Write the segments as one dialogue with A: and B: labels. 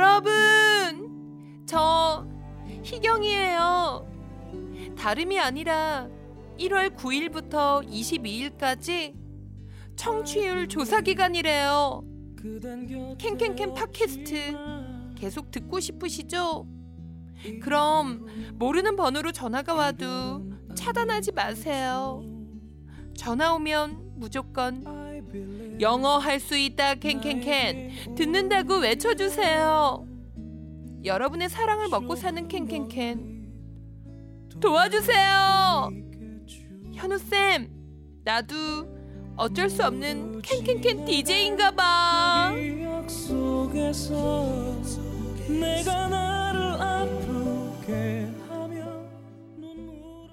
A: 여러분! 저 희경이에요. 다름이 아니라 1월 9일부터 22일까지 청취율 조사 기간이래요. 캔캔캔 팟캐스트 계속 듣고 싶으시죠? 그럼 모르는 번호로 전화가 와도 차단하지 마세요. 전화 오면 무조건 영어 할 수 있다 캔캔캔 듣는다고 외쳐주세요. 여러분의 사랑을 먹고 사는 캔캔캔 도와주세요. 현우 쌤, 나도 어쩔 수 없는 캔캔캔 DJ인가 봐.
B: 기억 속에서 내가 나를 아프게 하며 눈물을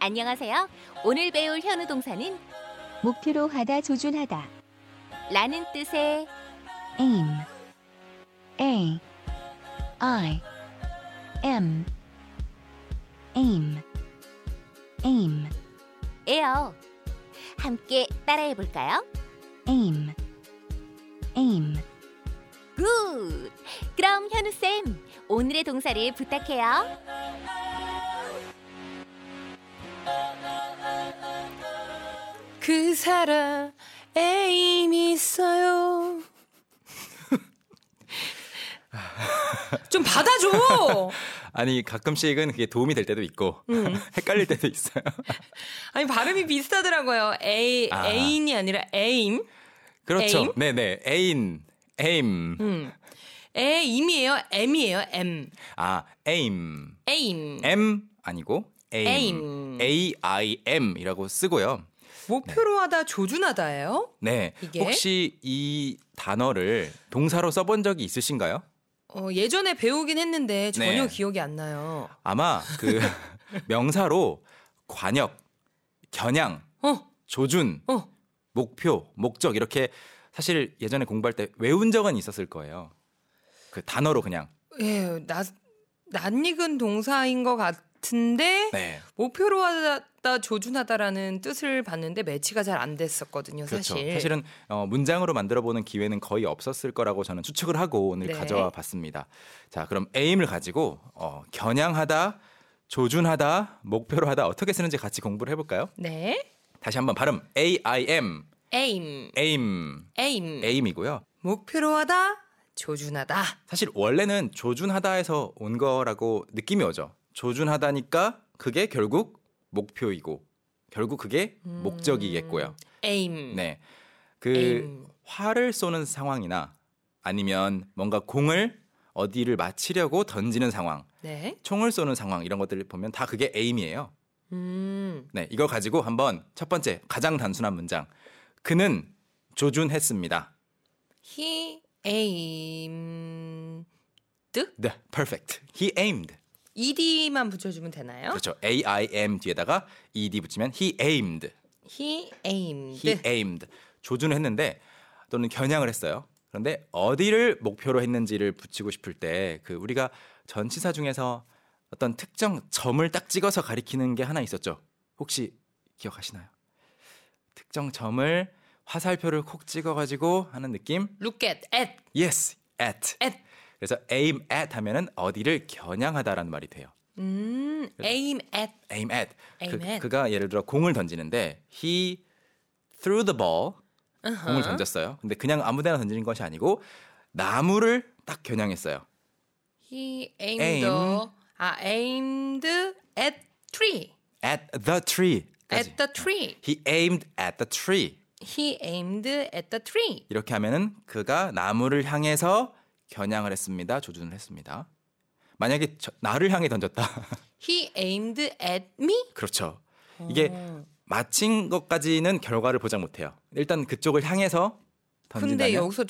C: 안녕하세요. 오늘 배울 현우 동사는
D: 목표로 하다 조준하다
C: 라는 뜻의
D: aim a i m aim aim
C: 에요. 함께 따라해 볼까요?
D: aim aim
C: 굿. 그럼 현우 쌤, 오늘의 동사를 부탁해요.
A: 그 사람 애임 있어요. 좀 받아줘.
E: 아니 가끔씩은 그게 도움이 될 때도 있고
A: 음.
E: 헷갈릴 때도 있어요.
A: 아니 발음이 비슷하더라고요. 에이
E: 아.
A: 애인이 아니라 에임.
E: 그렇죠.
A: 에임?
E: 네네 에인 에임
A: 음. 에임이에요. M이에요. M.
E: 아 에임
A: 에임.
E: M 아니고 에임
A: 에임.
E: A I M이라고 쓰고요.
A: 뭐 목표로 하다 조준하다예요?
E: 네
A: 이게?
E: 혹시 이 단어를 동사로 써본 적이 있으신가요?
A: 어, 예전에 배우긴 했는데 전혀
E: 네.
A: 기억이 안 나요.
E: 아마 그 명사로 관역, 겨냥,
A: 어,
E: 조준,
A: 어.
E: 목표, 목적 이렇게 사실 예전에 공부할 때 외운 적은 있었을 거예요. 그 단어로 그냥.
A: 예, 나, 낯익은 동사인 것 같은데 뭐
E: 네.
A: 목표로 하다 조준하다라는 뜻을 봤는데 매치가 잘 안 됐었거든요,
E: 그렇죠.
A: 사실.
E: 사실. 은 어, 문장으로 만들어 보는 기회는 거의 없었을 거라고 저는 추측을 하고 오늘
A: 네.
E: 가져와 봤습니다. 자, 그럼 aim을 가지고 어, 겨냥하다, 조준하다, 목표로 하다 어떻게 쓰는지 같이 공부를 해볼까요?
A: 네.
E: 다시 한번 발음 A I M
A: 에임.
E: aim
A: 에임.
E: aim이고요.
A: 목표로 하다 조준하다.
E: 사실 원래는 조준하다에서 온 거라고 느낌이 오죠. 조준하다니까 그게 결국 목표이고 결국 그게 목적이겠고요.
A: 에임.
E: 네. 그
A: 음. 에임.
E: 활을 쏘는 상황이나 아니면 뭔가 공을 어디를 맞히려고 던지는 상황,
A: 네.
E: 총을 쏘는 상황 이런 것들을 보면 다 그게 에임이에요.
A: 음.
E: 네, 이걸 가지고 한번 첫 번째 가장 단순한 문장. 그는 조준했습니다.
A: He aimed.
E: 네, perfect. He aimed.
A: ed만 붙여주면 되나요?
E: 그렇죠. A I M 뒤에다가 E D 붙이면 he aimed.
A: He aimed.
E: he aimed. 조준을 했는데 또는 겨냥을 했어요. 그런데 어디를 목표로 했는지를 붙이고 싶을 때 그 우리가 전치사 중에서 어떤 특정 점을 딱 찍어서 가리키는 게 하나 있었죠. 혹시 기억하시나요? 특정 점을 화살표를 콕 찍어가지고 하는 느낌?
A: Look at, at,
E: Yes, at.
A: at.
E: 그래서 aim at 하면은 어디를 겨냥하다라는 말이 돼요.
A: 음, aim at.
E: aim at.
A: aim
E: 그,
A: at.
E: 그가 예를 들어 공을 던지는데 he threw the ball.
A: Uh-huh.
E: 공을 던졌어요. 근데 그냥 아무데나 던지는 것이 아니고 나무를 딱 겨냥했어요.
A: He aimed.
E: Aim.
A: 아, aimed at tree.
E: at the tree.
A: at the tree.
E: he aimed at the tree.
A: He aimed at the tree.
E: 이렇게 하면은 그가 나무를 향해서 겨냥을 했습니다. 조준을 했습니다. 만약에 저- 나를 향해 던졌다.
A: He aimed at me.
E: 그렇죠. 이게 마친 것까지는 결과를 보장 못 해요. 일단 그쪽을 향해서 던진다면
A: 근데 여기서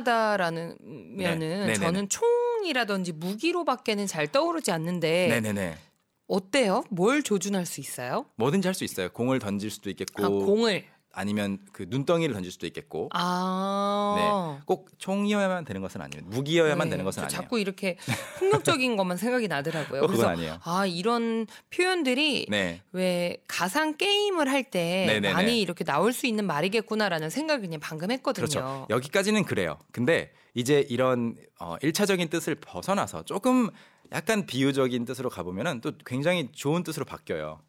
A: 조준하다라는 면은
E: 네네네.
A: 저는 총이라든지 무기로밖에는 잘 떠오르지 않는데
E: 네, 네, 네.
A: 어때요? 뭘 조준할 수 있어요?
E: 뭐든지 할 수 있어요. 공을 던질 수도 있겠고
A: 아, 공을
E: 아니면 그 눈덩이를 던질 수도 있겠고 네.
A: 아.
E: 꼭 총이어야만 되는 것은 아니에요. 무기여야만
A: 네,
E: 되는 것은
A: 저
E: 아니에요.
A: 자꾸 이렇게 폭력적인 것만 생각이 나더라고요.
E: 꼭 그건
A: 그래서
E: 아니에요.
A: 아 이런 표현들이
E: 네.
A: 왜 가상 게임을 할 때
E: 네네네.
A: 많이 이렇게 나올 수 있는 말이겠구나라는 생각을 그냥 방금 했거든요.
E: 그렇죠. 여기까지는 그래요. 근데 이제 이런 어, 1차적인 뜻을 벗어나서 조금 약간 비유적인 뜻으로 가보면 또 굉장히 좋은 뜻으로 바뀌어요.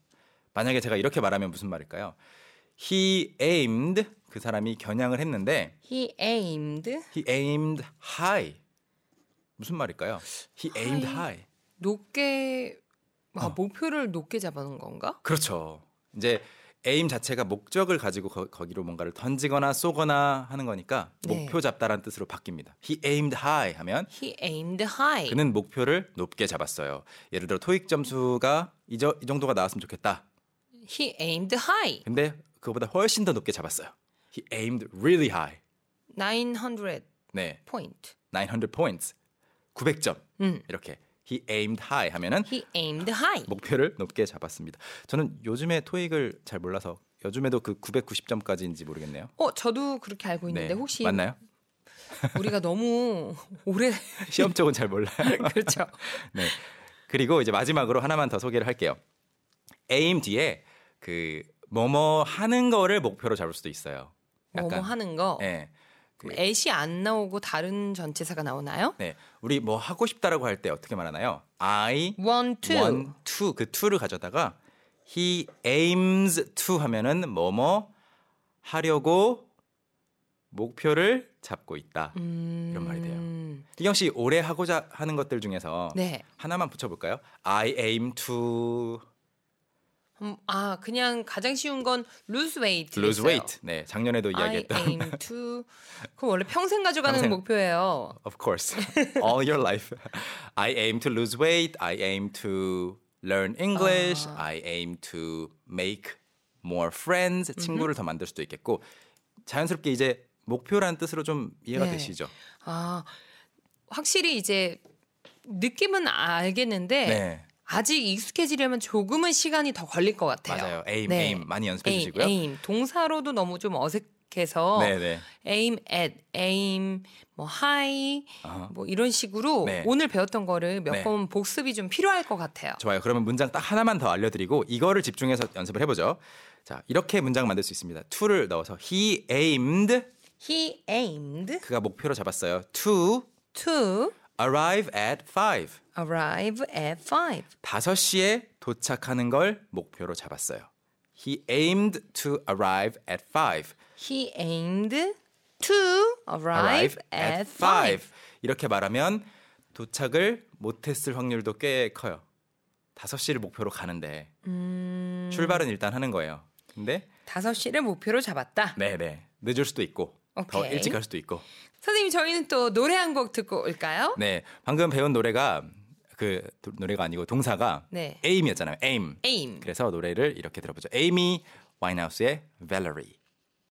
E: 만약에 제가 이렇게 말하면 무슨 말일까요? He aimed 그 사람이 겨냥을 했는데
A: He aimed
E: he aimed high 무슨 말일까요? He aimed high
A: 높게 아,
E: 어.
A: 목표를 높게 잡아놓은 건가?
E: 그렇죠. 이제 aim 자체가 목적을 가지고 거, 기로 뭔가를 던지거나 쏘거나 하는 거니까
A: 네.
E: 목표 잡다라는 뜻으로 바뀝니다. He aimed high 하면
A: He aimed high.
E: 그는 목표를 높게 잡았어요. 예를 들어 토익 점수가 이, 저- 이 정도가 나왔으면 좋겠다.
A: He aimed high.
E: 근데 그거보다 훨씬 더 높게 잡았어요. He aimed really high.
A: 900
E: 네,
A: point.
E: 900 points. 900점.
A: 음.
E: 이렇게 he aimed high 하면은
A: He aimed high.
E: 목표를 높게 잡았습니다. 저는 요즘에 토익을 잘 몰라서 요즘에도 그 990점까지인지 모르겠네요.
A: 어, 저도 그렇게 알고 있는데
E: 뭐 네,
A: 혹시
E: 맞나요?
A: 우리가 너무 오래
E: 시험 쪽은 잘 몰라요.
A: 그렇죠.
E: 네. 그리고 이제 마지막으로 하나만 더 소개를 할게요. aim 뒤에 그 뭐뭐 하는 거를 목표로 잡을 수도 있어요.
A: 뭐뭐 하는 거.
E: 네. 그-
A: 애시 안 나오고 다른 전체사가 나오나요?
E: 네. 우리 뭐 하고 싶다라고 할 때 어떻게 말하나요? I
A: One, two.
E: want to 그 to를 가져다가 he aims to 하면은 뭐뭐 하려고 목표를 잡고 있다.
A: 음,
E: 이런 말이 돼요. 희경 씨 올해 하고자 하는 것들 중에서
A: 네.
E: 하나만 붙여 볼까요? I aim to
A: 음, 아, 그냥 가장 쉬운 건 lose weight.
E: lose weight. 네, 작년에도
A: I
E: 이야기했던
A: aim to. 그럼 원래 평생 가져가는
E: 평생.
A: 목표예요.
E: Of course. All your life. I aim to lose weight. I aim to learn English. I aim to make more friends. 친구를 더 만들 수도 있겠고 자연스럽게 이제 목표라는 뜻으로 좀 이해가
A: 네.
E: 되시죠?
A: 아, 확실히 이제 느낌은 알겠는데
E: 네.
A: 아직 익숙해지려면 조금은 시간이 더 걸릴 것 같아요.
E: 맞아요. aim,
A: 네.
E: aim 많이 연습해
A: aim,
E: 주시고요.
A: aim. 동사로도 너무 좀 어색해서
E: 네, 네.
A: aim at, aim, 뭐 high,
E: 아하.
A: 뭐 이런 식으로
E: 네.
A: 오늘 배웠던 거를 몇
E: 네.
A: 번 복습이 좀 필요할 것 같아요.
E: 좋아요. 그러면 문장 딱 하나만 더 알려드리고 이거를 집중해서 연습을 해보죠. 자, 이렇게 문장 만들 수 있습니다. to를 넣어서 he aimed
A: He aimed
E: 그가 목표로 잡았어요. to
A: to
E: arrive at five.
A: arrive at five.
E: 5시에 도착하는 걸 목표로 잡았어요. He aimed to arrive at 5.
A: He aimed to arrive, at five.
E: 이렇게 말하면 도착을 못했을 확률도 꽤 커요. 5시를 목표로 가는데
A: 음.
E: 출발은 일단 하는 거예요. 근데
A: 다섯 시를 목표로 잡았다.
E: 네네 늦을 수도 있고 더
A: 오케이.
E: 일찍 갈 수도 있고
A: 선생님 저희는 또 노래 한 곡 듣고 올까요?
E: 네 방금 배운 노래가 그 도- 노래가 아니고 동사가
A: 네.
E: aim이었잖아요. aim.
A: aim.
E: 그래서 노래를 이렇게 들어보죠. 에이미 와인하우스의 Valerie.